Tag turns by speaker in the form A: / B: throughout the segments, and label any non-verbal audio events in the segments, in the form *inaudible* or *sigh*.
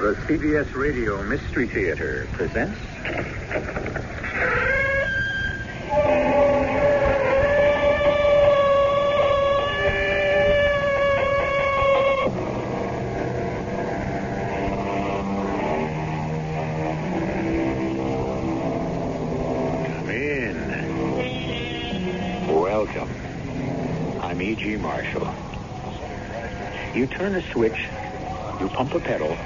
A: The CBS Radio Mystery Theater presents. Come in. Welcome. I'm E.G. Marshall. You turn a switch, you pump a pedal,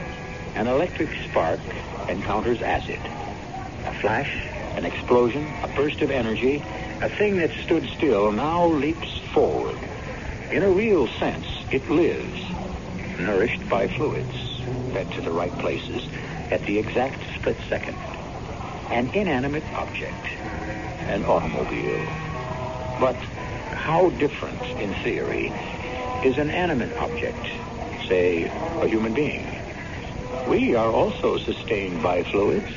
A: an electric spark encounters acid. A flash, an explosion, a burst of energy, a thing that stood still now leaps forward. In a real sense, it lives, nourished by fluids, fed to the right places at the exact split second. An inanimate object, an automobile. But how different, in theory, is an animate object, say, a human being? We are also sustained by fluids,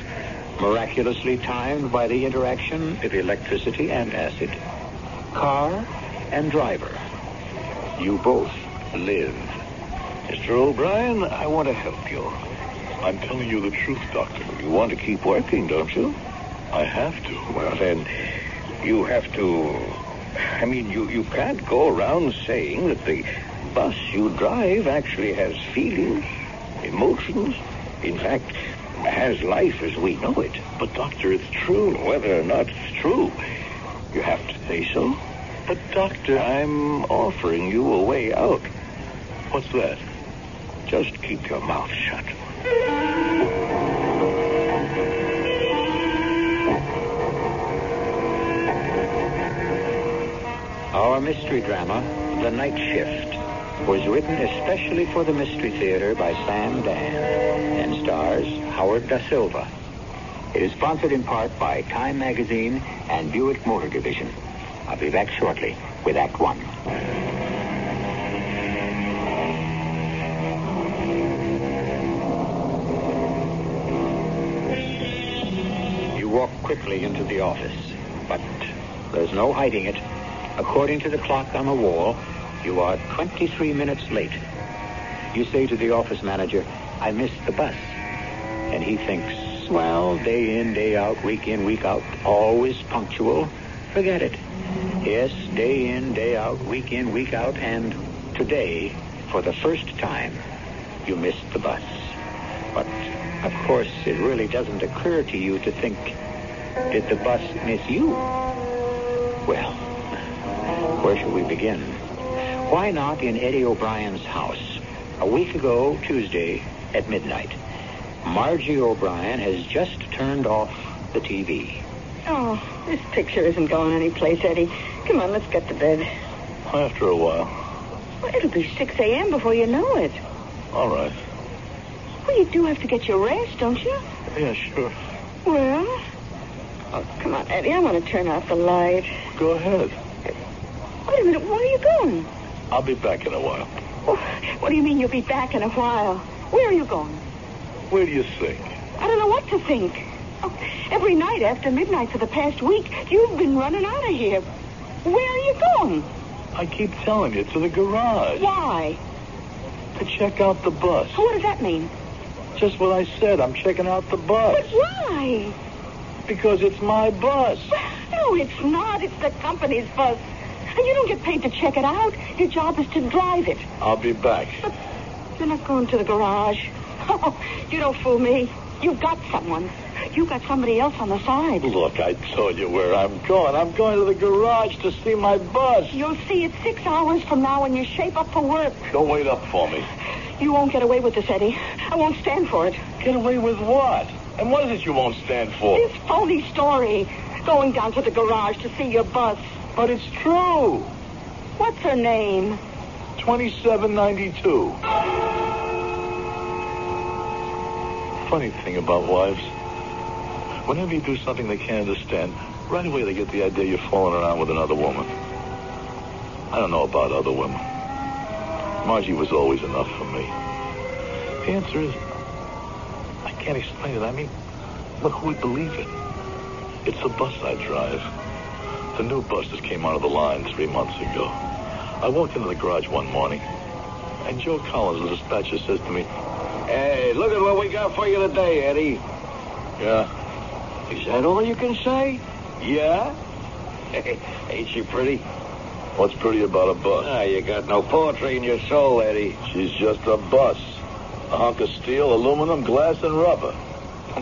A: miraculously timed by the interaction of electricity and acid, car and driver. You both live. Mr. O'Brien, I want to help you. I'm telling you the truth, Doctor. You want to keep working, don't you? I have to. Well, then, you have to. I mean, you, you can't go around saying that the bus you drive actually has feelings, emotions. In fact, has life as we know it. But, Doctor, it's true. Whether or not it's true, you have to say so. But, Doctor, I'm offering you a way out. What's that? Just keep your mouth shut. Our mystery drama, The Night Shift, was written especially for the Mystery Theater by Sam Dan and stars Howard Da Silva. It is sponsored in part by Time Magazine and Buick Motor Division. I'll be back shortly with Act One. You walk quickly into the office, but there's no hiding it. According to the clock on the wall, you are 23 minutes late. You say to the office manager, I missed the bus. And he thinks, well, day in, day out, week in, week out, always punctual. Forget it. Yes, day in, day out, week in, week out, and today, for the first time, you missed the bus. But, of course, it really doesn't occur to you to think, did the bus miss you? Well, where shall we begin? Why not in Eddie O'Brien's house? A week ago, Tuesday, at midnight, Margie O'Brien has just turned off the TV.
B: Oh, this picture isn't going anyplace, Eddie. Come on, let's get to bed.
A: After a while.
B: Well, it'll be 6 a.m. before you know it.
A: All right.
B: Well, you do have to get your rest, don't you?
A: Yeah, sure.
B: Well, oh, come on, Eddie. I want to turn off the light.
A: Go ahead.
B: Wait a minute. Where are you going?
A: I'll be back in a while.
B: Oh, what do you mean you'll be back in a while? Where are you going?
A: Where do you think?
B: I don't know what to think. Oh, every night after midnight for the past week, you've been running out of here. Where are you going?
A: I keep telling you, to the garage.
B: Why?
A: To check out the bus.
B: What does that mean?
A: Just what I said, I'm checking out the bus.
B: But why?
A: Because it's my bus.
B: No, it's not. It's the company's bus. And you don't get paid to check it out. Your job is to drive it.
A: I'll be back.
B: But you're not going to the garage. *laughs* Oh, you don't fool me. You've got someone. You've got somebody else on the side.
A: Look, I told you where I'm going. I'm going to the garage to see my bus.
B: You'll see it six hours from now when you shape up for work.
A: Don't wait up for me.
B: You won't get away with this, Eddie. I won't stand for it.
A: Get away with what? And what is it you won't stand for?
B: This phony story. Going down to the garage to see your bus.
A: But it's true.
B: What's her name?
A: 2792. Funny thing about wives. Whenever you do something they can't understand, right away they get the idea you're fooling around with another woman. I don't know about other women. Margie was always enough for me. The answer is, I can't explain it. I mean, but who would believe it? It's the bus I drive. The new bus that came out of the line three months ago. I walked into the garage one morning, and Joe Collins, the dispatcher, says to me, Hey, look at what we got for you today, Eddie. Yeah. Is that all you can say? Yeah. *laughs* Ain't she pretty? What's pretty about a bus? Ah, you got no poetry in your soul, Eddie. She's just a bus. A hunk of steel, aluminum, glass, and rubber.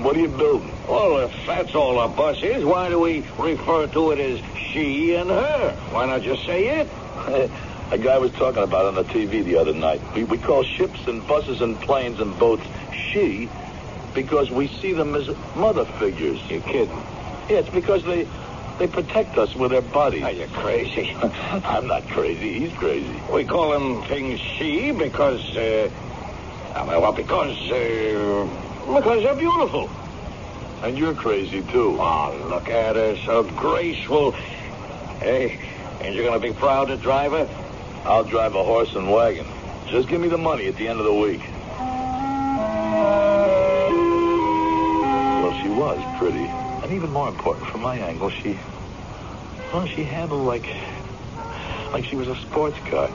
A: What are you building? Well, if that's all a bus is, why do we refer to it as she and her? Why not just say it? *laughs* a guy was talking about it on the TV the other night. We, we call ships and buses and planes and boats she because we see them as mother figures. You kidding? Yeah, it's because they they protect us with their bodies. Are you crazy? *laughs* I'm not crazy. He's crazy. We call them things she because uh, well because uh, because they're beautiful. And you're crazy too. Oh, look at her, so graceful. Hey, and you're gonna be proud to drive her? I'll drive a horse and wagon. Just give me the money at the end of the week. Well, she was pretty. And even more important from my angle, she. Well, she handled like. like she was a sports car.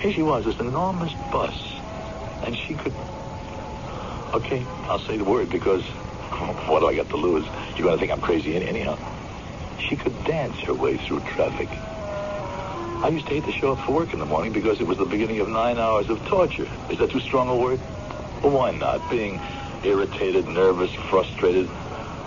A: Here she was, this enormous bus. And she could. Okay, I'll say the word because. *laughs* What do I got to lose? You're going to think I'm crazy any- anyhow. She could dance her way through traffic. I used to hate to show up for work in the morning because it was the beginning of nine hours of torture. Is that too strong a word? Well, why not? Being irritated, nervous, frustrated.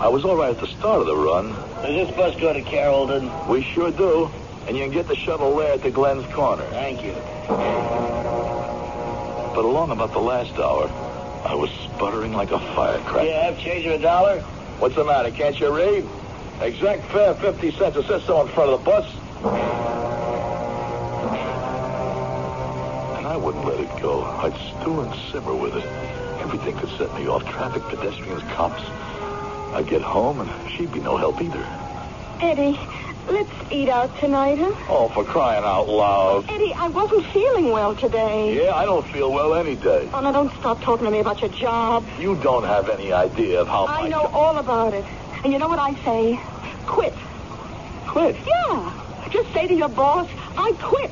A: I was all right at the start of the run. Does this bus go to Carrollton? We sure do. And you can get the shuttle there at the Glens Corner. Thank you. But along about the last hour, I was sputtering like a firecracker. Yeah, I've changed you a dollar. What's the matter? Can't you read? Exact fare, 50 cents. It says so in front of the bus. And I wouldn't let it go. I'd stew and simmer with it. Everything could set me off. Traffic, pedestrians, cops. I'd get home, and she'd be no help either.
B: Eddie, let's eat out tonight, huh?
A: Oh, for crying out loud.
B: Eddie, I wasn't feeling well today.
A: Yeah, I don't feel well any day.
B: Oh, now don't stop talking to me about your job.
A: You don't have any idea of how
B: I
A: my
B: know all about it. And you know what I say? Quit.
A: quit.
B: Yeah. Just say to your boss, I quit.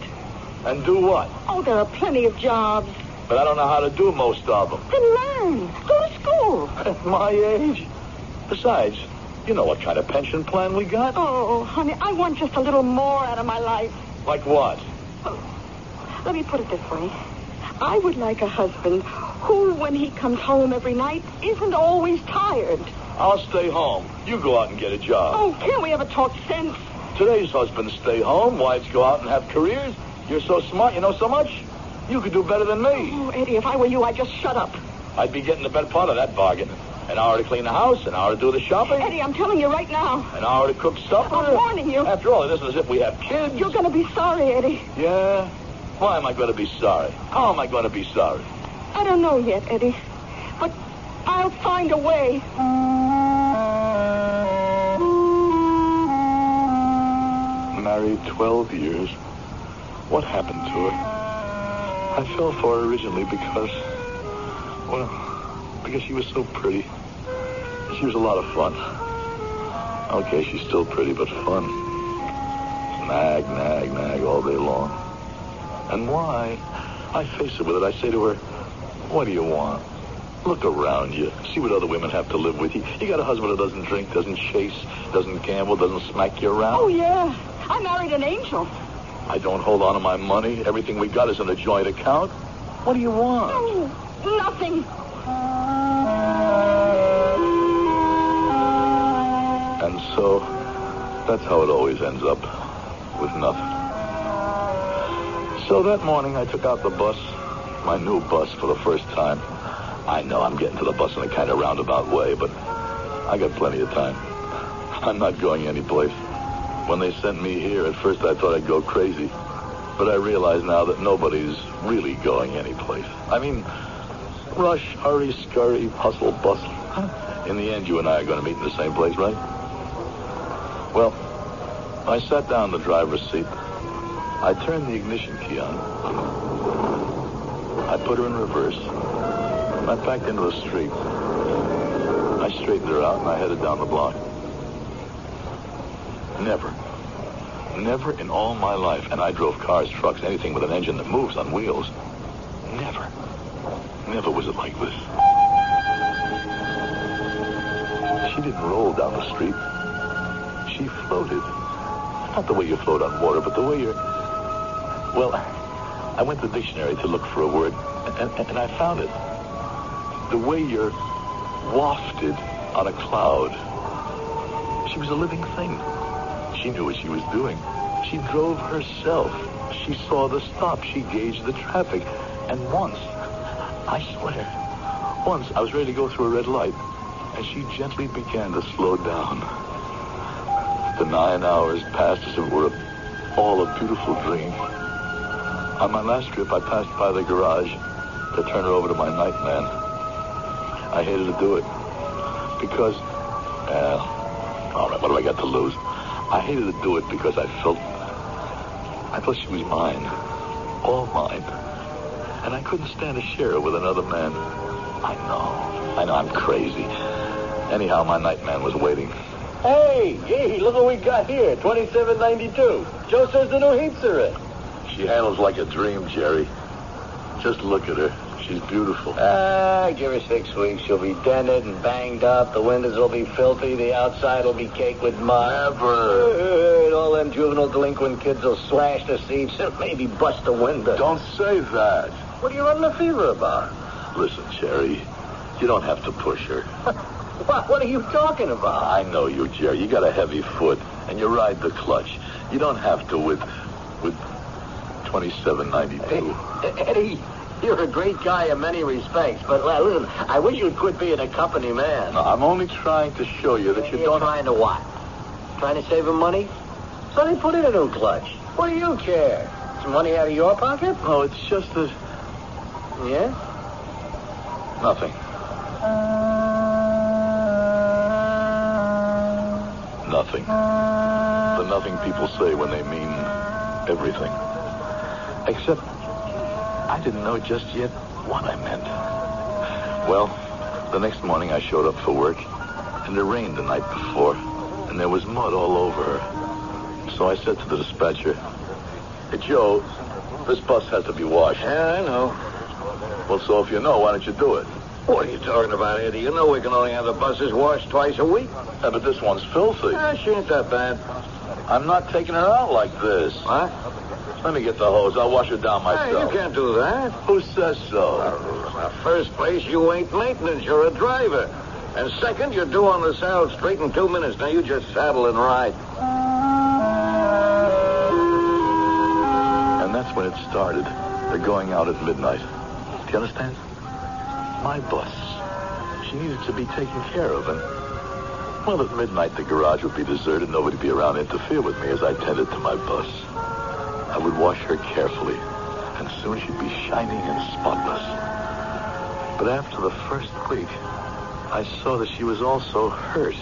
A: And do what?
B: Oh, there are plenty of jobs.
A: But I don't know how to do most of them.
B: Then learn. Go to school.
A: At my age? Besides, you know what kind of pension plan we got?
B: Oh, honey, I want just a little more out of my life.
A: Like what?
B: Let me put it this way. I would like a husband who, when he comes home every night, isn't always tired.
A: I'll stay home. You go out and get a job.
B: Oh, can we ever talk sense?
A: Today's husbands stay home. Wives go out and have careers. You're so smart. You know so much. You could do better than me.
B: Oh, Eddie, if I were you, I'd just shut up.
A: I'd be getting the better part of that bargain. An hour to clean the house, an hour to do the shopping,
B: Eddie, I'm telling you right now,
A: an hour to cook supper.
B: I'm warning you.
A: After all, it isn't as if we have kids.
B: you're going to be sorry, Eddie.
A: Yeah? Why am I going to be sorry? How am I going to be sorry?
B: I don't know yet, Eddie, but I'll find a way.
A: Married 12 years. What happened to her? I fell for her originally because, well, because she was so pretty. She was a lot of fun. Okay, she's still pretty, but fun. Nag, nag, nag all day long. And why? I face it with it. I say to her, what do you want? Look around you. See what other women have to live with. You, you got a husband who doesn't drink, doesn't chase, doesn't gamble, doesn't smack you around.
B: Oh, yeah. I married an angel.
A: I don't hold on to my money. Everything we got is in a joint account. What do you want?
B: Oh, nothing.
A: And so, that's how it always ends up with nothing. So that morning, I took out the bus, my new bus for the first time. I know I'm getting to the bus in a kind of roundabout way, but I got plenty of time. *laughs* I'm not going anyplace. When they sent me here, at first I thought I'd go crazy. But I realize now that nobody's really going anyplace. I mean, rush, hurry, scurry, hustle, bustle. In the end, you and I are going to meet in the same place, right? Well, I sat down in the driver's seat. I turned the ignition key on. I put her in reverse. I backed into a street. I straightened her out and I headed down the block. Never. Never in all my life, and I drove cars, trucks, anything with an engine that moves on wheels. Never. Never was it like this. She didn't roll down the street. She floated. Not the way you float on water, but the way you're. Well, I went to the dictionary to look for a word, and, and, and I found it. The way you're wafted on a cloud. She was a living thing. She knew what she was doing. She drove herself. She saw the stop. She gauged the traffic. And once, I swear, once I was ready to go through a red light, and she gently began to slow down. The nine hours passed as it were all a beautiful dream. On my last trip, I passed by the garage to turn her over to my nightman. I hated to do it because, uh, all right, what do I got to lose? I hated to do it because I felt, I thought she was mine, all mine, and I couldn't stand to share her with another man. I know, I know, I'm crazy. Anyhow, my nightman was waiting.
C: Hey, gee, look what we got here, 2792. Joe says the new heaps are in.
A: She handles like a dream, Jerry. Just look at her. She's beautiful.
C: Ah, give her six weeks. She'll be dented and banged up. The windows will be filthy. The outside will be caked with mud.
A: Never.
C: And all them juvenile delinquent kids will slash the seats and maybe bust the window.
A: Don't say that.
C: What are you running a fever about?
A: Listen, Jerry, you don't have to push her.
C: what, what are you talking about?
A: I know you, Jerry. You got a heavy foot, and you ride the clutch. You don't have to with with twenty seven ninety two.
C: Eddie. You're a great guy in many respects, but uh, listen, I wish you'd quit being a company man.
A: No, I'm only trying to show you that you
C: You're
A: don't.
C: Trying to what? Trying to save him money? So they put in a new clutch. What do you care? Some money out of your pocket?
A: No, it's just that
C: Yeah?
A: nothing. Nothing. The nothing people say when they mean everything. Except I didn't know just yet what I meant. Well, the next morning I showed up for work, and it rained the night before, and there was mud all over her. So I said to the dispatcher, hey, Joe, this bus has to be washed.
C: Yeah, I know.
A: Well, so if you know, why don't you do it?
C: What are you talking about, Eddie? You know we can only have the buses washed twice a week.
A: Yeah, but this one's filthy.
C: Ah, she ain't that bad.
A: I'm not taking her out like this.
C: What?
A: Let me get the hose. I'll wash her down
C: Hey, you
A: myself.
C: can't do that.
A: Who says so?
C: Well, now, first place, you ain't maintenance. You're a driver. And second, you're due on the saddle straight in two minutes. Now you just saddle and ride.
A: And that's when it started. They're going out at midnight. Do you understand? My bus. She needed to be taken care of. And, well, at midnight, the garage would be deserted. Nobody would be around to interfere with me as I tended to my bus. I would wash her carefully, and soon she'd be shining and spotless. But after the first week, I saw that she was also hurt.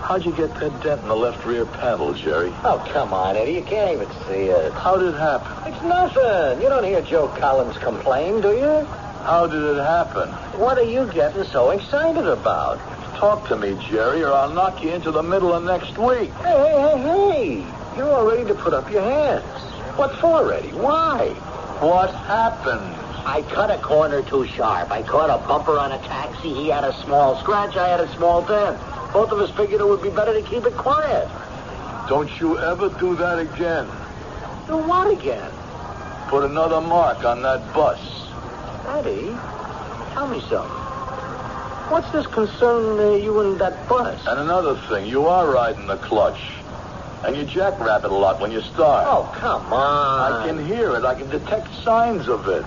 A: How'd you get that dent in the left rear panel, Jerry?
C: Oh, come on, Eddie. You can't even see it.
A: How did it happen?
C: uh, It's nothing. You don't hear Joe Collins complain, do you?
A: How did it happen?
C: What are you getting so excited about?
A: Talk to me, Jerry, or I'll knock you into the middle of next week.
C: Hey, hey, hey, hey. You're all ready to put up your hands. What for, Eddie? Why?
A: What happened?
C: I cut a corner too sharp. I caught a bumper on a taxi. He had a small scratch. I had a small dent. Both of us figured it would be better to keep it quiet.
A: Don't you ever do that again.
C: Do what again?
A: Put another mark on that bus.
C: Eddie, tell me something. What's this concern uh, you and that bus?
A: And another thing, you are riding the clutch. And you jackrabbit a lot when you start.
C: Oh, come on.
A: I can hear it. I can detect signs of it.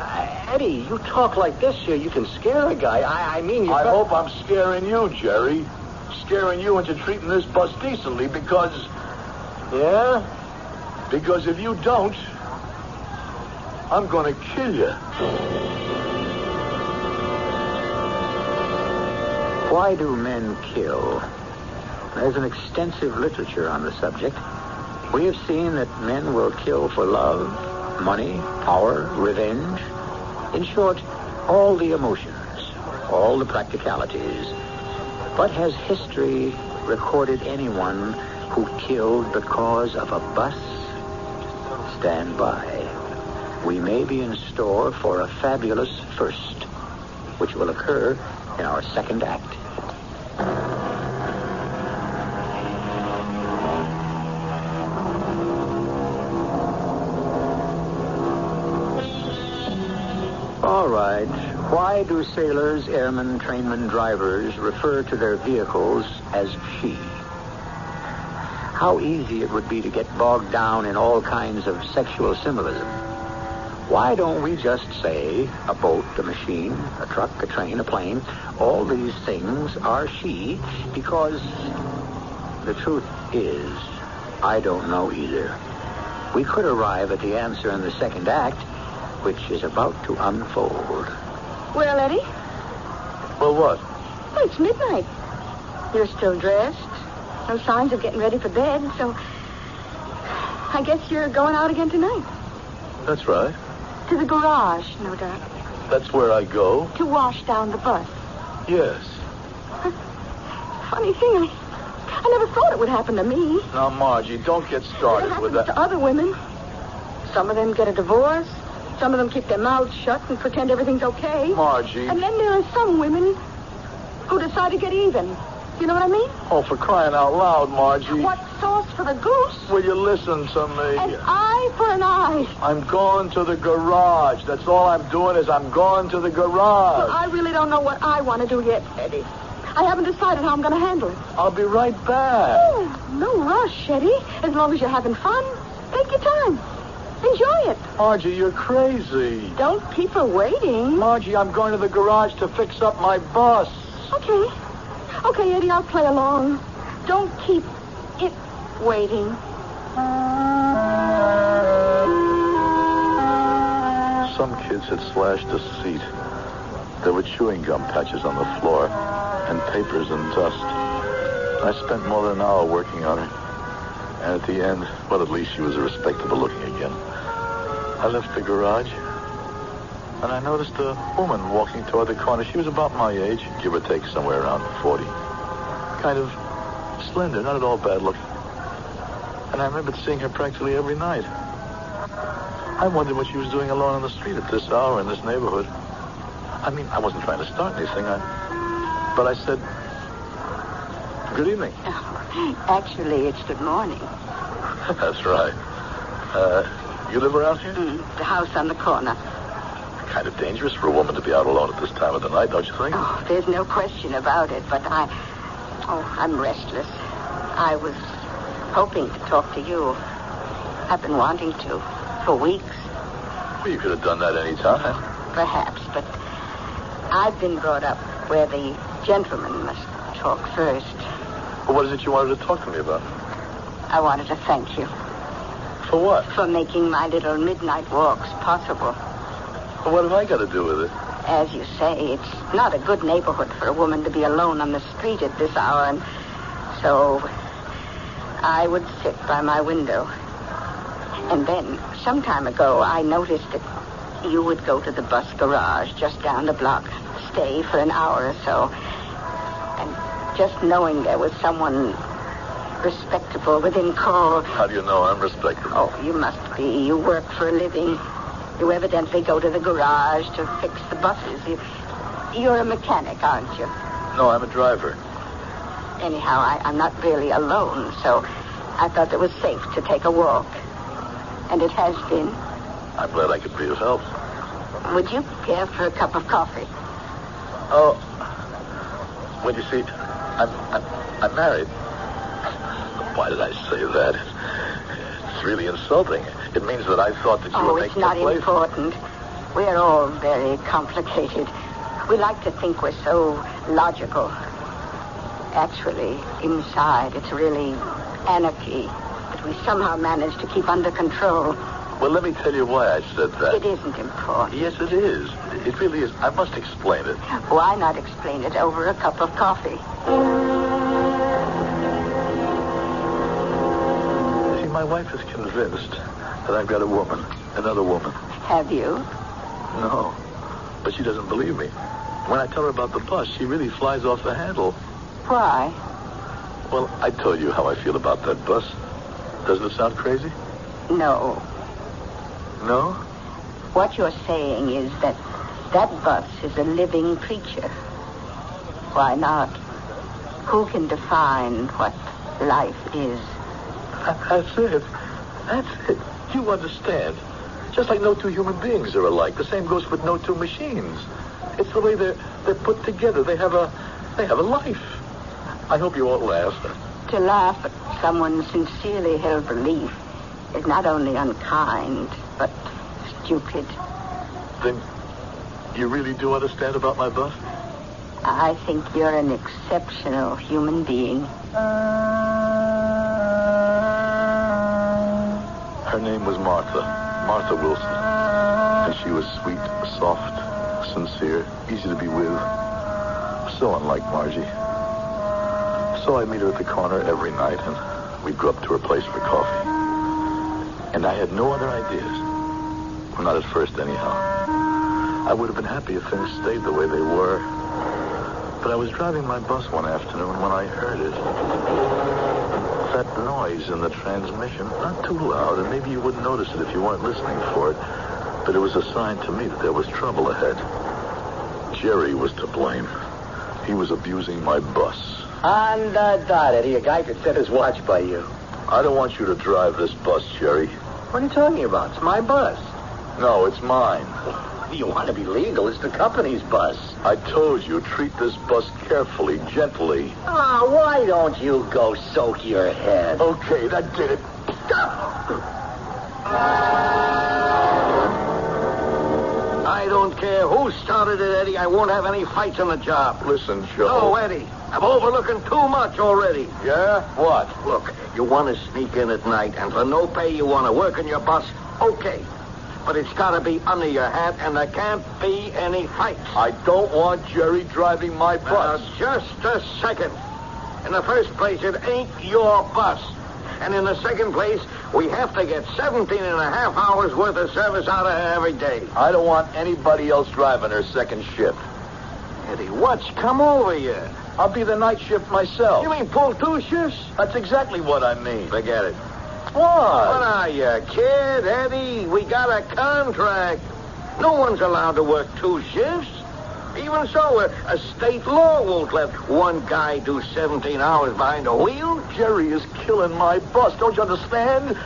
C: Eddie, you talk like this here, you can scare a guy. I, I mean, you
A: I
C: bet-
A: hope I'm scaring you, Jerry. Scaring you into treating this bus decently because. Yeah? Because if you don't, I'm going to kill you.
C: Why do men kill? There's an extensive literature on the subject. We have seen that men will kill for love, money, power, revenge. In short, all the emotions, all the practicalities. But has history recorded anyone who killed because of a bus? Stand by. We may be in store for a fabulous first which will occur in our second act. All right. Why do sailors, airmen, trainmen, drivers refer to their vehicles as she? How easy it would be to get bogged down in all kinds of sexual symbolism. Why don't we just say a boat, a machine, a truck, a train, a plane? All these things are she because the truth is, I don't know either. We could arrive at the answer in the second act, which is about to unfold.
B: Well, Eddie,
A: Well, what?
B: well, it's midnight. You're still dressed. No signs of getting ready for bed, so I guess you're going out again tonight.
A: That's right.
B: To the garage, no doubt,
A: That's where I go.
B: to wash down the bus.
A: Yes.
B: Funny thing, I, I never thought it would happen to me.
A: Now, Margie, don't get
B: it
A: started
B: happens
A: with that.
B: to other women. Some of them get a divorce. Some of them keep their mouths shut and pretend everything's okay.
A: Margie.
B: And then there are some women who decide to get even. You know what I mean?
A: Oh, for crying out loud, Margie.
B: What sauce for the goose?
A: Will you listen to me?
B: An eye for an eye.
A: I'm going to the garage. That's all I'm doing is I'm going to the garage.
B: Well, I really don't know what I want to do yet, Eddie. I haven't decided how I'm going to handle it. *sighs*
A: I'll be right back.
B: Oh, no rush, Eddie. As long as you're having fun, take your time. Enjoy it.
A: Margie, you're crazy.
B: Don't keep her waiting.
A: Margie, I'm going to the garage to fix up my bus.
B: Okay. Okay, Eddie, I'll play along. Don't keep it waiting. *laughs*
A: Some kids had slashed a seat. There were chewing gum patches on the floor and papers and dust. I spent more than an hour working on her. And at the end, well, at least she was respectable looking again. I left the garage and I noticed a woman walking toward the corner. She was about my age, give or take somewhere around 40. Kind of slender, not at all bad looking. And I remembered seeing her practically every night. I wondered what she was doing alone on the street at this hour in this neighborhood. I mean, I wasn't trying to start anything. I, but I said, "Good evening." *laughs*
B: Actually, it's good morning.
A: That's right. Uh, you live around here?
B: Hmm. The house on the corner.
A: Kind of dangerous for a woman to be out alone at this time of the night, don't you think?
B: Oh, there's no question about it, but I. Oh, I'm restless. I was hoping to talk to you. I've been wanting to for weeks,
A: Well, you could have done that any time.
B: perhaps, but I've been brought up where the gentleman must talk first.
A: Well, what is it you wanted to talk to me about?
B: I wanted to thank you
A: For what?
B: for making my little midnight walks possible.
A: Well, what have I got to do with it?
B: As you say, it's not a good neighborhood for a woman to be alone on the street at this hour, and so I would sit by my window. And then, some time ago, I noticed that you would go to the bus garage just down the block, stay for an hour or so. And just knowing there was someone respectable within call,
A: How do you know I'm respectable?
B: Oh, you must be. You work for a living. You evidently go to the garage to fix the buses. You, you're a mechanic, aren't you?
A: No, I'm a driver.
B: Anyhow, I, I'm not really alone, so I thought it was safe to take a walk. And it has been.
A: I'm glad I could be of help.
B: Would you care for a cup of coffee?
A: Oh, well, you see, I'm, I'm, I'm married. Why did I say that? It's really insulting. It means that I thought that you
B: Oh,
A: were
B: it's
A: making
B: not
A: a play.
B: important. We're all very complicated. We like to think we're so logical. Actually, inside, it's really anarchy that we somehow manage to keep under control.
A: Well, let me tell you why I said that.
B: It isn't important.
A: Yes, it is. It really is. I must explain it.
B: Why not explain it over a cup of coffee?
A: See, my wife is convinced that I've got a woman, another woman.
B: Have you?
A: No, but she doesn't believe me. When I tell her about the bus, she really flies off the handle.
B: Why?
A: Well, I told you how I feel about that bus. Doesn't it sound crazy?
B: No.
A: No?
B: What you're saying is that that bus is a living creature. Why not? Who can define what life is?
A: That- That's it. That's it. You understand. Just like no two human beings are alike. The same goes with no two machines. It's the way they're, they're put together. They have a they have a life. I hope you won't laugh.
B: To laugh at someone's sincerely held belief is not only unkind, but stupid.
A: Then you really do understand about my bus?
B: I think you're an exceptional human being.
A: Her name was Martha. Martha Wilson. And she was sweet, soft, sincere, easy to be with. So unlike Margie. So I meet her at the corner every night, and we'd go up to her place for coffee. And I had no other ideas. Well, not at first, anyhow. I would have been happy if things stayed the way they were. But I was driving my bus one afternoon when I heard it. That noise in the transmission, not too loud, and maybe you wouldn't notice it if you weren't listening for it, but it was a sign to me that there was trouble ahead. Jerry was to blame. He was abusing my bus.
C: On the dot, Eddie. A guy could set his watch by you.
A: I don't want you to drive this bus, Jerry.
C: What are you talking about? It's my bus.
A: No, it's mine.
C: *laughs* You want to be legal. It's the company's bus.
A: I told you, treat this bus carefully, gently.
C: Oh, why don't you go soak your head?
A: Okay, that did it.
C: I don't care who started it, Eddie. I won't have any fights on the job.
A: Listen, Joe.
C: No, Eddie. I'm overlooking too much already.
A: Yeah? What?
C: Look, you want to sneak in at night, and for no pay you want to work in your bus, okay. But it's got to be under your hat, and there can't be any fights.
A: I don't want Jerry driving my
C: Now,
A: bus.
C: just a second. In the first place, it ain't your bus. And in the second place, we have to get 17 and a half hours worth of service out of her every day.
A: I don't want anybody else driving her second shift.
C: Eddie, what's come over you?
A: I'll be the night shift myself.
C: You mean pull two shifts?
A: That's exactly what I mean.
C: Forget it. What
A: What?
C: are you, kid, Eddie? We got a contract. No one's allowed to work two shifts. Even so, a, a state law won't let one guy do 17 hours behind a wheel.
A: Jerry is killing my bus. Don't you understand?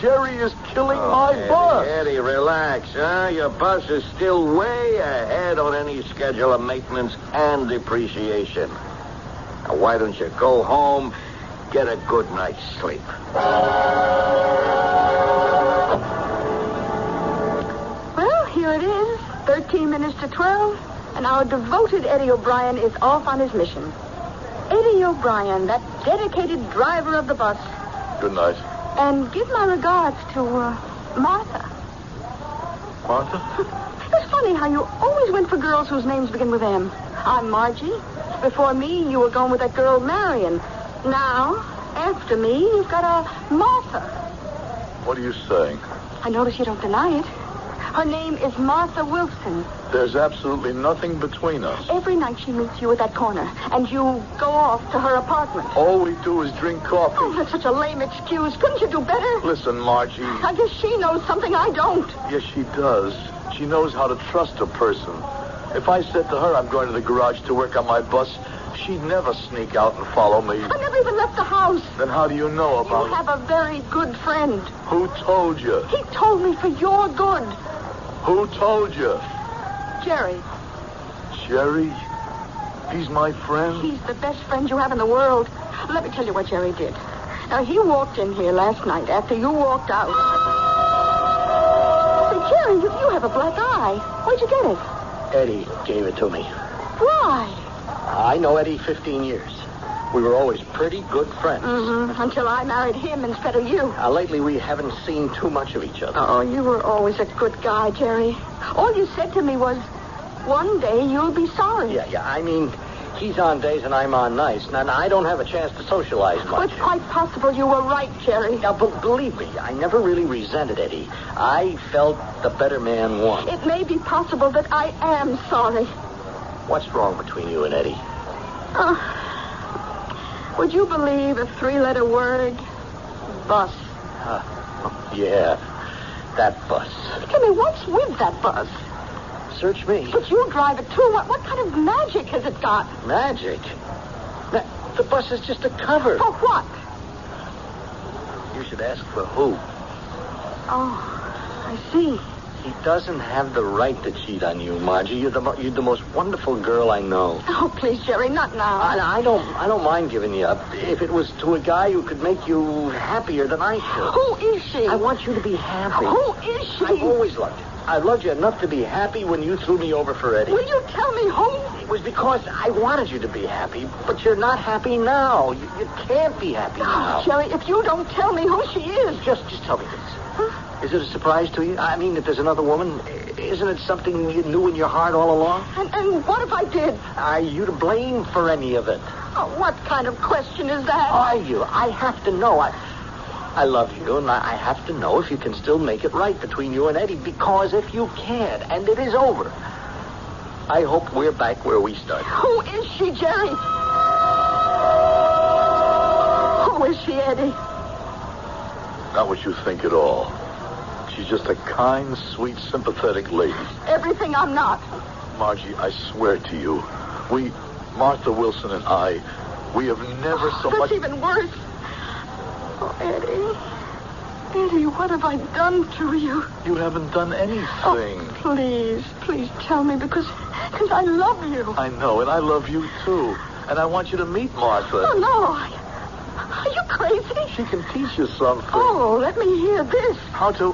A: Jerry is killing my
C: Oh, Eddie,
A: bus.
C: Eddie, relax, huh? Your bus is still way ahead on any schedule of maintenance and depreciation. Now, why don't you go home, get a good night's sleep?
B: Well, here it is, 13 minutes to 12, and our devoted Eddie O'Brien is off on his mission. Eddie O'Brien, that dedicated driver of the bus,
A: Good night.
B: and give my regards to uh, Martha.
A: Martha?
B: *laughs* It's funny how you always went for girls whose names begin with M. I'm Margie. Before me, you were going with that girl Marion. Now, after me, you've got a Martha.
A: What are you saying?
B: I notice you don't deny it. Her name is Martha Wilson.
A: There's absolutely nothing between us.
B: Every night she meets you at that corner, and you go off to her apartment.
A: All we do is drink
B: Oh,
A: coffee.
B: that's such a lame excuse. Couldn't you do better?
A: Listen, Margie.
B: I guess she knows something I don't.
A: Yes, she does. She knows how to trust a person. If I said to her I'm going to the garage to work on my bus, she'd never sneak out and follow me.
B: I never even left the house.
A: Then how do you know
B: You
A: about
B: have a very good friend.
A: Who told you?
B: He told me for your good.
A: Who told you?
B: Jerry,
A: Jerry? He's my friend?
B: he's the best friend you have in the world. Let me tell you what Jerry did. Now, he walked in here last night after you walked out. Say, Jerry, you, you have a black eye. Where'd you get it?
C: Eddie gave it to me.
B: Why?
C: I know Eddie 15 years. We were always pretty good friends.
B: Mm-hmm. Until I married him instead of you.
C: Now, lately, we haven't seen too much of each other.
B: Oh, you were always a good guy, Jerry. All you said to me was, one day you'll be sorry.
C: Yeah, yeah. I mean, he's on days and I'm on nights, and I don't have a chance to socialize
B: Well,
C: much.
B: it's quite possible you were right, Jerry.
C: Now, b- believe me, I never really resented Eddie. I felt the better man won.
B: It may be possible that I am sorry.
C: What's wrong between you and Eddie?
B: Oh. Would you believe a three-letter word? Bus.
C: Huh. yeah, that bus.
B: Timmy, what's with that bus?
C: Search me.
B: But you drive it too. What, what kind of magic has it got?
C: Magic. Ma- the bus is just a cover.
B: For what?
C: You should ask for who.
B: Oh, I see.
C: He doesn't have the right to cheat on you, Margie. You're the, mo- you're the most wonderful girl I know.
B: Oh, please, Jerry, not now.
C: I, I don't I don't mind giving you up if it was to a guy who could make you happier than I could.
B: Who is she?
C: I want you to be happy.
B: Who is she?
C: I've always loved you. I loved you enough to be happy when you threw me over for Eddie.
B: Will you tell me who?
C: It was because I wanted you to be happy, but you're not happy now. You, you can't be happy now.
B: Oh, Jerry, if you don't tell me who she is.
C: Just, just tell me this. Is it a surprise to you? I mean, that there's another woman, I- isn't it something you knew in your heart all along?
B: And, and what if I did?
C: Are you to blame for any of it?
B: Oh, what kind of question is that?
C: Are you? I have to know. I, I love you, and I I have to know if you can still make it right between you and Eddie. Because if you can't, and it is over, I hope we're back where we started.
B: Who is she, Jerry? Who is she, Eddie?
A: Not what you think at all. She's just a kind, sweet, sympathetic lady.
B: Everything I'm not.
A: Margie, I swear to you, we, Martha Wilson and I, we have never so
B: That's
A: much.
B: even worse. Oh, Eddie. Eddie, what have I done to you?
A: You haven't done anything.
B: Oh, please, please tell me because because I love you.
A: I know, and I love you too. And I want you to meet Martha.
B: Oh, no. I- Are you crazy?
A: She can teach you something.
B: Oh, let me hear this.
A: How to,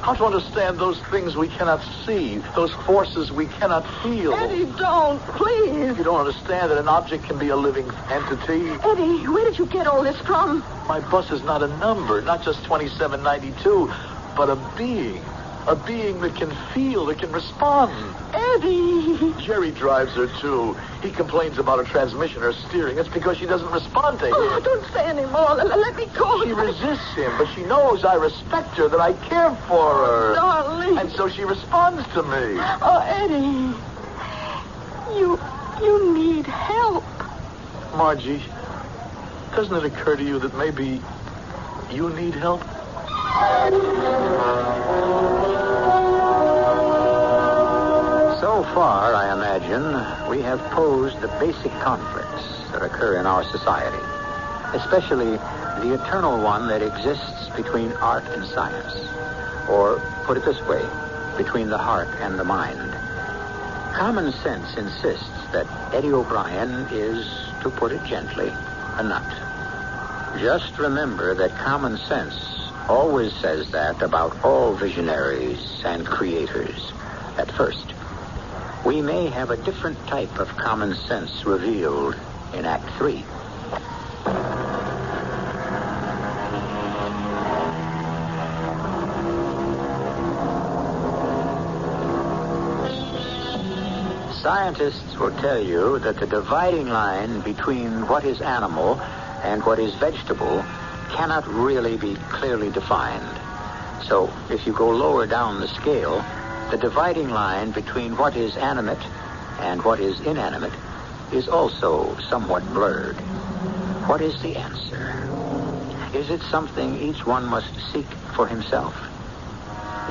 A: how to understand those things we cannot see, those forces we cannot feel.
B: Eddie, don't, please.
A: You don't understand that an object can be a living entity.
B: Eddie, where did you get all this from?
A: My bus is not a number, not just 2792, but a being. A being that can feel, that can respond.
B: Eddie.
A: Jerry drives her, too. He complains about her transmission, her steering. It's because she doesn't respond to
B: Oh,
A: him.
B: don't say any more. L- let me call
A: She
B: you.
A: resists him, but she knows I respect her, that I care for her.
B: Darling.
A: And so she responds to me.
B: Oh, Eddie. You you need help.
A: Margie, doesn't it occur to you that maybe you need help?
C: So far, I imagine, we have posed the basic conflicts that occur in our society, especially the eternal one that exists between art and science, or, put it this way, between the heart and the mind. Common sense insists that Eddie O'Brien is, to put it gently, a nut. Just remember that common sense always says that about all visionaries and creators at first. We may have a different type of common sense revealed in Act Three. Scientists will tell you that the dividing line between what is animal and what is vegetable cannot really be clearly defined. So, if you go lower down the scale, the dividing line between what is animate and what is inanimate is also somewhat blurred. What is the answer? Is it something each one must seek for himself?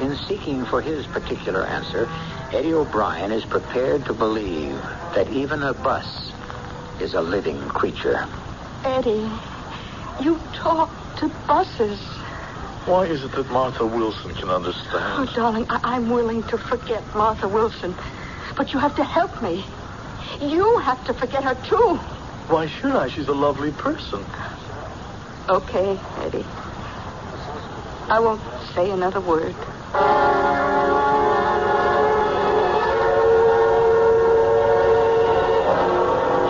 C: In seeking for his particular answer, Eddie O'Brien is prepared to believe that even a bus is a living creature.
B: Eddie, you talk to buses.
A: Why is it that Martha Wilson can
B: Oh,
A: understand?
B: darling, I- I'm willing to forget Martha Wilson, but you have to help me. You have to forget her too.
A: Why should I? She's a lovely person.
B: Okay, Eddie. I won't say another word.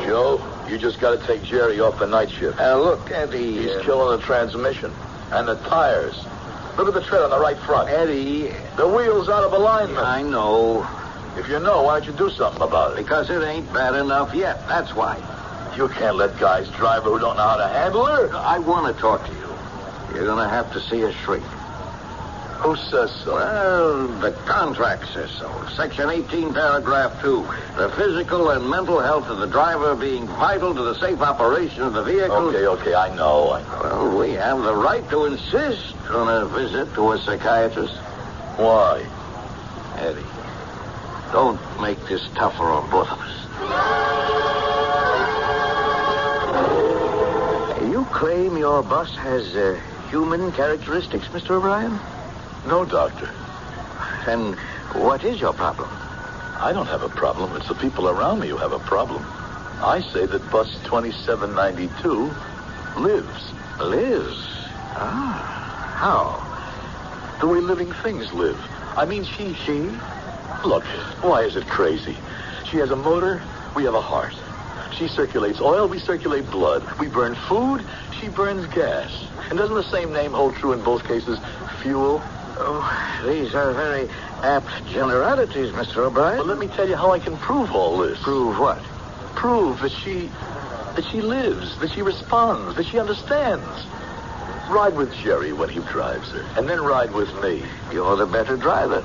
A: Joe, you just got to take Jerry off the night shift.
C: Uh, look, Eddie.
A: He's
C: uh,
A: killing the transmission and the tires. Look at the tread on the right front.
C: Eddie.
A: The wheel's out of alignment.
C: I know.
A: If you know, why don't you do something about it?
C: Because it ain't bad enough yet. That's why.
A: You can't let guys drive who don't know how to handle her.
C: I want to talk to you. You're going to have to see a shrink.
A: Who says so?
C: Well, the contract says so. Section 18, paragraph 2. The physical and mental health of the driver being vital to the safe operation of the vehicle.
A: Okay, okay, I know. I know.
C: Well, we have the right to insist on a visit to a psychiatrist.
A: Why?
C: Eddie, don't make this tougher on both of us. You claim your boss has uh, human characteristics, Mr. O'Brien?
A: No, doctor.
C: Then what is your problem?
A: I don't have a problem. It's the people around me who have a problem. I say that bus 2792 lives.
C: Liz. Ah,
A: The way living things live. I mean, she, she. Look, why is it crazy? She has a motor, we have a heart. She circulates oil, we circulate blood. We burn food, she burns gas. And doesn't the same name hold true in both cases? Fuel?
C: how? Oh, these are very apt generalities, Mr. O'Brien.
A: But let me tell you how I can prove all this.
C: prove what?
A: prove that she that she lives, that she responds, that she understands. Ride with Jerry when he drives her, and then ride with me.
C: You're the better driver.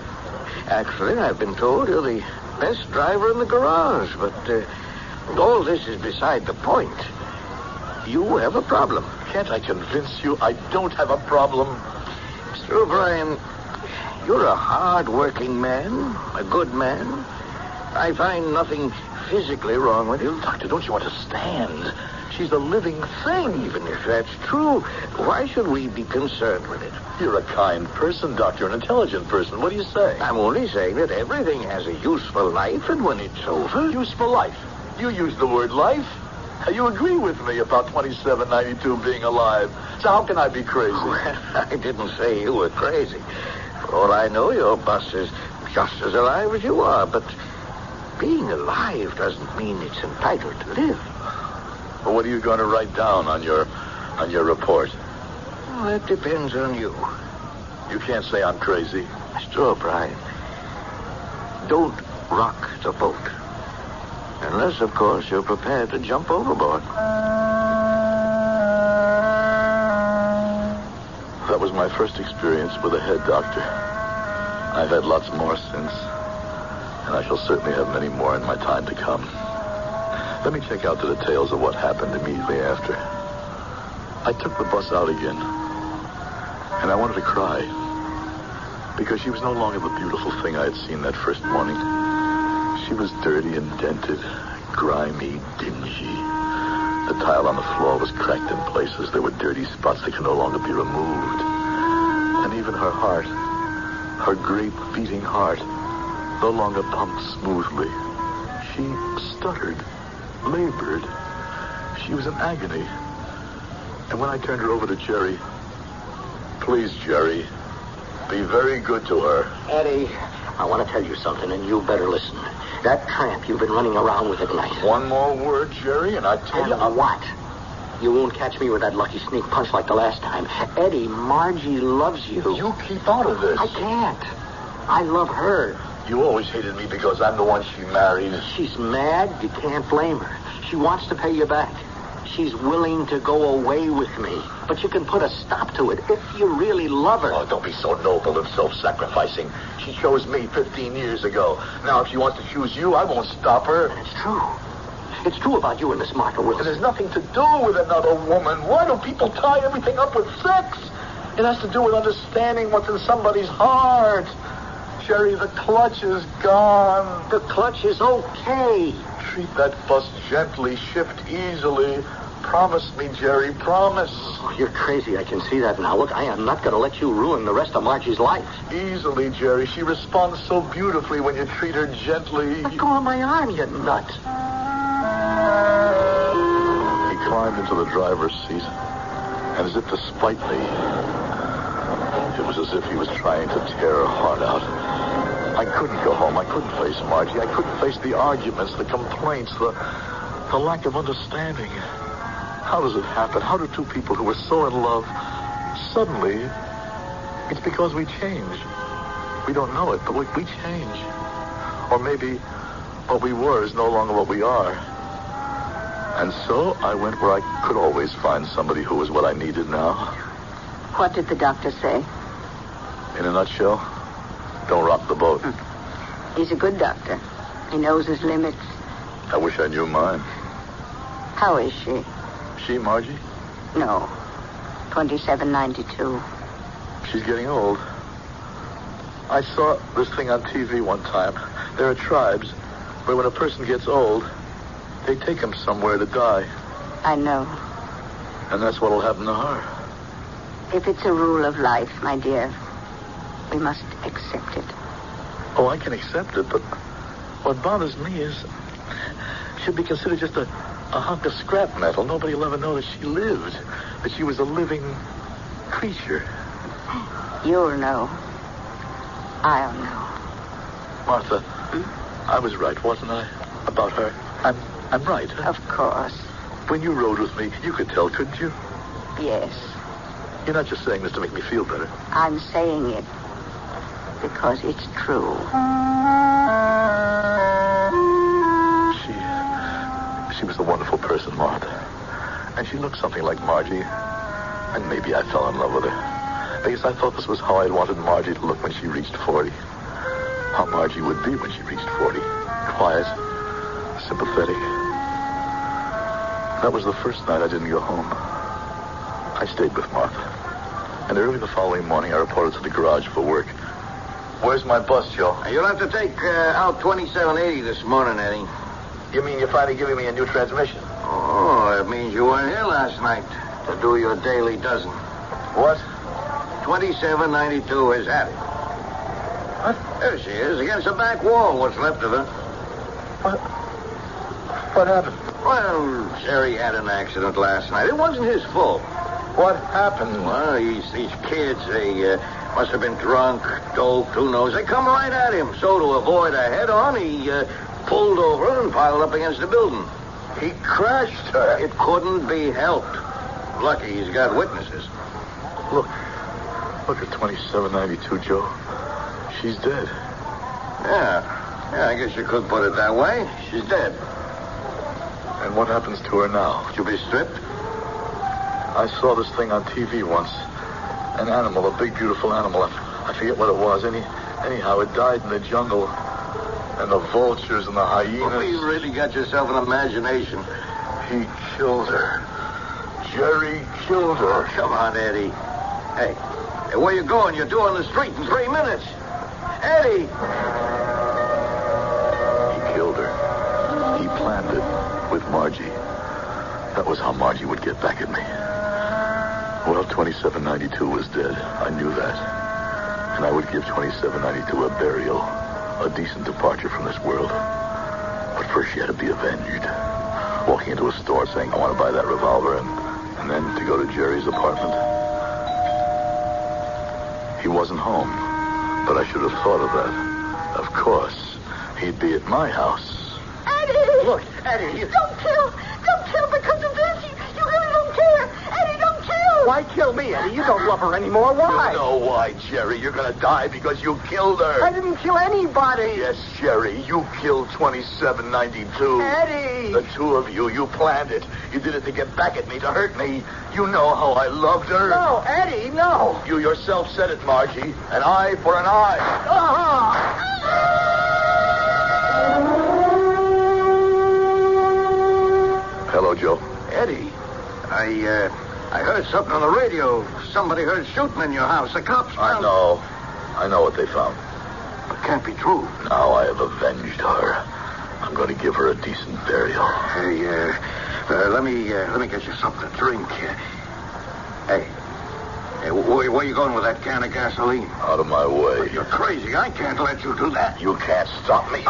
C: Actually, I've been told you're the best driver in the garage, but uh, all this is beside the point. You have a problem.
A: Can't I convince you I don't have a problem?
C: Mr. O'Brien, you're a hard-working man, a good man. I find nothing physically wrong with you.
A: Doctor, don't you understand? She's a living thing.
C: Even if that's true, why should we be concerned with it?
A: You're a kind person, Doctor, an intelligent person. What do you say?
C: I'm only saying that everything has a useful life, and when it's over,
A: Useful life. You use the word life. You agree with me about 2792 being alive. So how can I be crazy?
C: Oh, *laughs* I didn't say you were crazy. For all I know, your boss is just as alive as you are, but being alive doesn't mean it's entitled to live.
A: Well, what are you going to write down on your on your report?
C: Well, that depends on you.
A: You can't say I'm crazy.
C: Mr. O'Brien, don't rock the boat. Unless, of course, you're prepared to jump overboard.
A: That was my first experience with a head doctor. I've had lots more since, and I shall certainly have many more in my time to come. Let me check out the details of what happened immediately after. I took the bus out again, and I wanted to cry because she was no longer the beautiful thing I had seen that first morning. She was dirty and dented, grimy, dingy. The tile on the floor was cracked in places. There were dirty spots that could no longer be removed. And even her heart, her great beating heart, no longer pumped smoothly. She stuttered, labored. She was in agony. And when I turned her over to Jerry, please, Jerry, be very good to her.
D: Eddie, I want to tell you something, and you better listen. That tramp you've been running around with at night.
A: One more word, Jerry, and I tell
D: And
A: you, I'll...
D: what? You won't catch me with that lucky sneak punch like the last time. Eddie, Margie loves you.
A: you keep out of this.
D: I can't. I love her.
A: You always hated me because I'm the one she married.
D: She's mad. You can't blame her. She wants to pay you back. She's willing to go away with me. But you can put a stop to it if you really love her.
A: Oh, don't be so noble and self-sacrificing. She chose me 15 years ago. Now, if she wants to choose you, I won't stop her.
D: It's true. It's true about you and Miss Martha
A: It
D: Wilson.
A: has nothing to do with another woman. Why do people tie everything up with sex? It has to do with understanding what's in somebody's heart. Jerry, the clutch is gone.
D: The clutch is okay.
A: Treat that bus gently, shift easily. Promise me, Jerry, promise.
D: Oh, you're crazy. I can see that now. Look, I am not going to let you ruin the rest of Margie's life.
A: Easily, Jerry. She responds so beautifully when you treat her gently.
D: Let go of my arm, you nut.
A: He climbed into the driver's seat and And as if to spite me, it was as if he was trying to tear her heart out. I couldn't go home. I couldn't face Margie. I couldn't face the arguments, the complaints, the, the lack of understanding. How does it happen? How do two people who were so in love suddenly? It's because we change. We don't know it, but we, we change. Or maybe what we were is no longer what we are. And so I went where I could always find somebody who was what I needed now.
E: What did the doctor say?
A: In a nutshell, don't rock the boat.
E: Hmm. He's a good doctor. He knows his limits.
A: I wish I knew mine.
E: How is she?
A: She, Margie,
E: No. 2792.
A: she's getting old. I saw this thing on TV one time. There are tribes where when a person gets old, they take him somewhere to die.
E: I know.
A: And that's what'll happen to her.
E: If it's a rule of life, my dear, we must accept it.
A: Oh, I can accept it, but what bothers me is she'll be considered just a, a hunk of scrap metal. Nobody will ever know that she lived, that she was a living creature.
E: You'll know. I'll know.
A: Martha, I was right, wasn't I? About her. I'm, I'm right. huh?
E: Of course.
A: When you rode with me, you could tell, couldn't you?
E: Yes.
A: You're not just saying this to make me feel better.
E: I'm saying it because it's true.
A: She, she was a wonderful person, Martha. And she looked something like Margie. And maybe I fell in love with her. Because I thought this was how I wanted Margie to look when she reached 40. How Margie would be when she reached 40. Quiet, sympathetic. That was the first night I didn't go home. I stayed with Martha. And early the following morning, I reported to the garage for work. Where's my bus, Joe?
C: You'll have to take uh, out 2780 this morning, Eddie.
A: You mean you're finally giving me a new transmission?
C: Oh, that means you weren't here last night to do your daily dozen.
A: What?
C: 2792 is at it. What? There she is, against the back wall, what's left of her.
A: What? What happened?
C: Well, Jerry had an accident last night. It wasn't his fault.
A: What happened?
C: Well, these, these kids, they uh, must have been drunk, doped, who knows. They come right at him. So to avoid a head-on, he uh, pulled over and piled up against the building.
A: He crashed her.
C: It couldn't be helped. Lucky he's got witnesses.
A: Look. Look at 2792, Joe. She's dead.
C: Yeah. Yeah, I guess you could put it that way. She's dead.
A: And what happens to her now?
C: She'll be stripped.
A: I saw this thing on TV once. An animal, a big, beautiful animal. I I forget what it was. Any, anyhow, it died in the jungle. And the vultures and the
C: Well, you
A: hyenas.
C: really got yourself an imagination.
A: He killed her. Jerry killed
C: Oh,
A: her.
C: come on, Eddie. Hey, hey, where you going? You're due on the street in three minutes. Eddie!
A: He killed her. He planned it with Margie. That was how Margie would get back at me. Well, 2792 was dead. I knew that. And I would give 2792 a burial, a decent departure from this world. But first, she had to be avenged. Walking into a store saying, I want to buy that revolver, and, and then to go to Jerry's apartment. He wasn't home, but I should have thought of that. Of course, he'd be at my house.
E: Eddie!
A: Look, Eddie, you-
E: Don't kill! Don't kill because of this! You, you really don't care! Eddie, don't kill!
B: Why kill me, Eddie? You don't love her anymore. Why?
A: You know why, Jerry. You're going to die because you killed her.
B: I didn't kill anybody.
A: Yes, Jerry, you killed 2792.
B: Eddie!
A: The two of you, you planned it. You did it to get back at me, to hurt me. You know how I loved her.
B: No, Eddie, no.
A: You yourself said it, Margie. An eye for an eye.
B: Ah!
A: Hello, Joe.
C: Eddie, I, uh, I heard something on the radio. Somebody heard shooting in your house. The cops
A: I
C: found-
A: know. I know what they found.
C: It can't be true.
A: Now I have avenged her. I'm going to give her a decent burial.
C: Hey, uh, uh, let me, uh, let me get you something to drink. Uh, Hey, hey wh- where, where you going with that can of gasoline?
A: Out of my way.
C: You're crazy. I can't let you do that.
A: You can't stop me.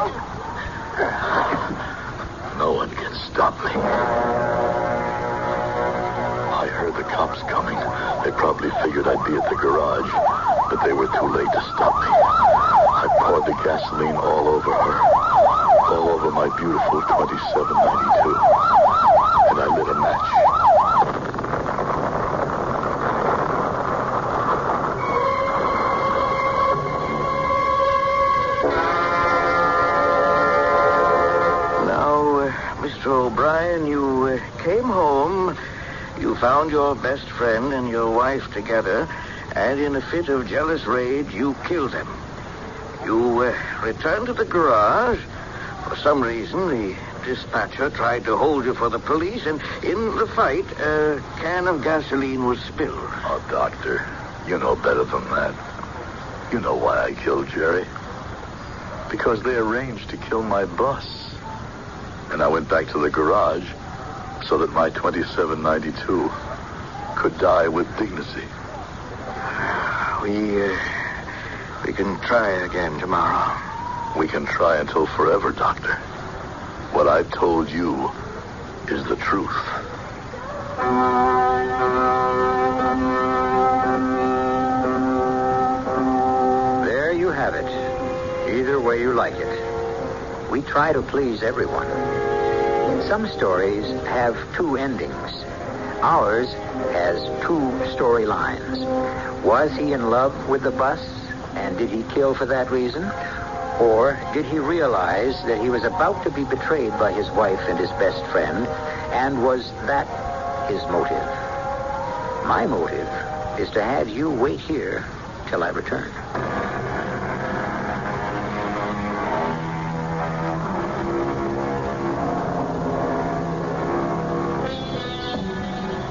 A: No one can stop me. I heard the cops coming. They probably figured I'd be at the garage, but they were too late to stop me. I poured the gasoline all over her, all over my beautiful 2792, and I lit a match.
C: Now, uh, Mr. O'Brien, you uh, came home. You found your best friend and your wife together, and in a fit of jealous rage, you killed them. You uh, returned to the garage. For some reason, the dispatcher tried to hold you for the police, and in the fight, a can of gasoline was spilled.
A: Oh, Doctor, you know better than that. You know why I killed Jerry. Because they arranged to kill my boss. And I went back to the garage so that my 2792 could die with dignity.
C: We, uh, we can try again tomorrow.
A: We can try until forever, Doctor. What I've told you is the truth.
C: There you have it. Either way you like it. We try to please everyone. In some stories have two endings. Ours has two storylines. Was he in love with the bus? And did he kill for that reason? Or did he realize that he was about to be betrayed by his wife and his best friend? And was that his motive? My motive is to have you wait here till I return.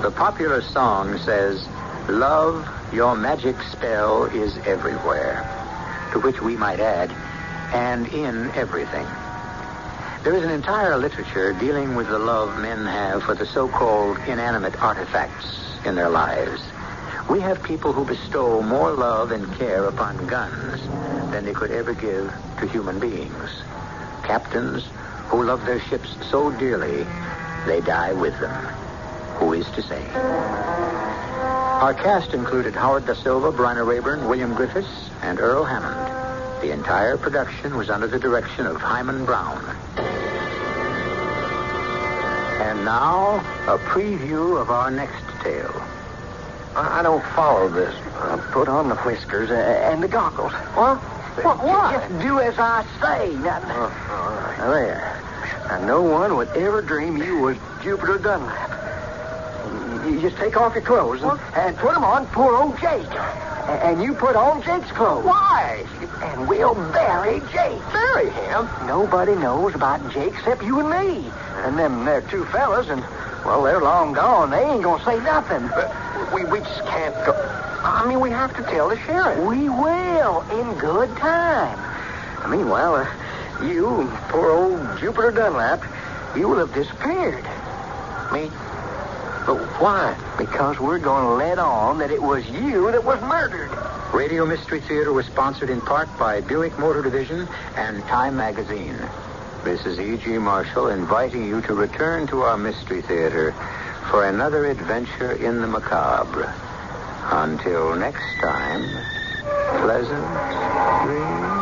C: The popular song says, Love, your magic spell is everywhere. To which we might add, and in everything. There is an entire literature dealing with the love men have for the so-called inanimate artifacts in their lives. We have people who bestow more love and care upon guns than they could ever give to human beings. Captains who love their ships so dearly, they die with them. Who is to say? Our cast included Howard Da Silva, Bryna Rayburn, William Griffiths, and Earl Hammond. The entire production was under the direction of Hyman Brown. And now, a preview of our next tale. I, I don't follow this. Uh, put on the whiskers uh, and the goggles. What? What? what? Oh, Just do as I say. Now, Now there. Now, no one would ever dream you was Jupiter Dunlap. You just take off your clothes and, and put them on poor old Jake. A- And you put on Jake's clothes. Why? And we'll bury Jake. Bury him? Nobody knows about Jake except you and me. And them there two fellas, and, well, they're long gone. They ain't gonna say nothing. we, we just can't go. I mean, we have to tell the sheriff. We will, in good time. Meanwhile, uh, you, and poor old Jupiter Dunlap, you will have disappeared. Me? But why? Because we're going to let on that it was you that was murdered. Radio Mystery Theater was sponsored in part by Buick Motor Division and Time Magazine. This is E.G. Marshall inviting you to return to our Mystery Theater for another adventure in the macabre. Until next time, pleasant dreams.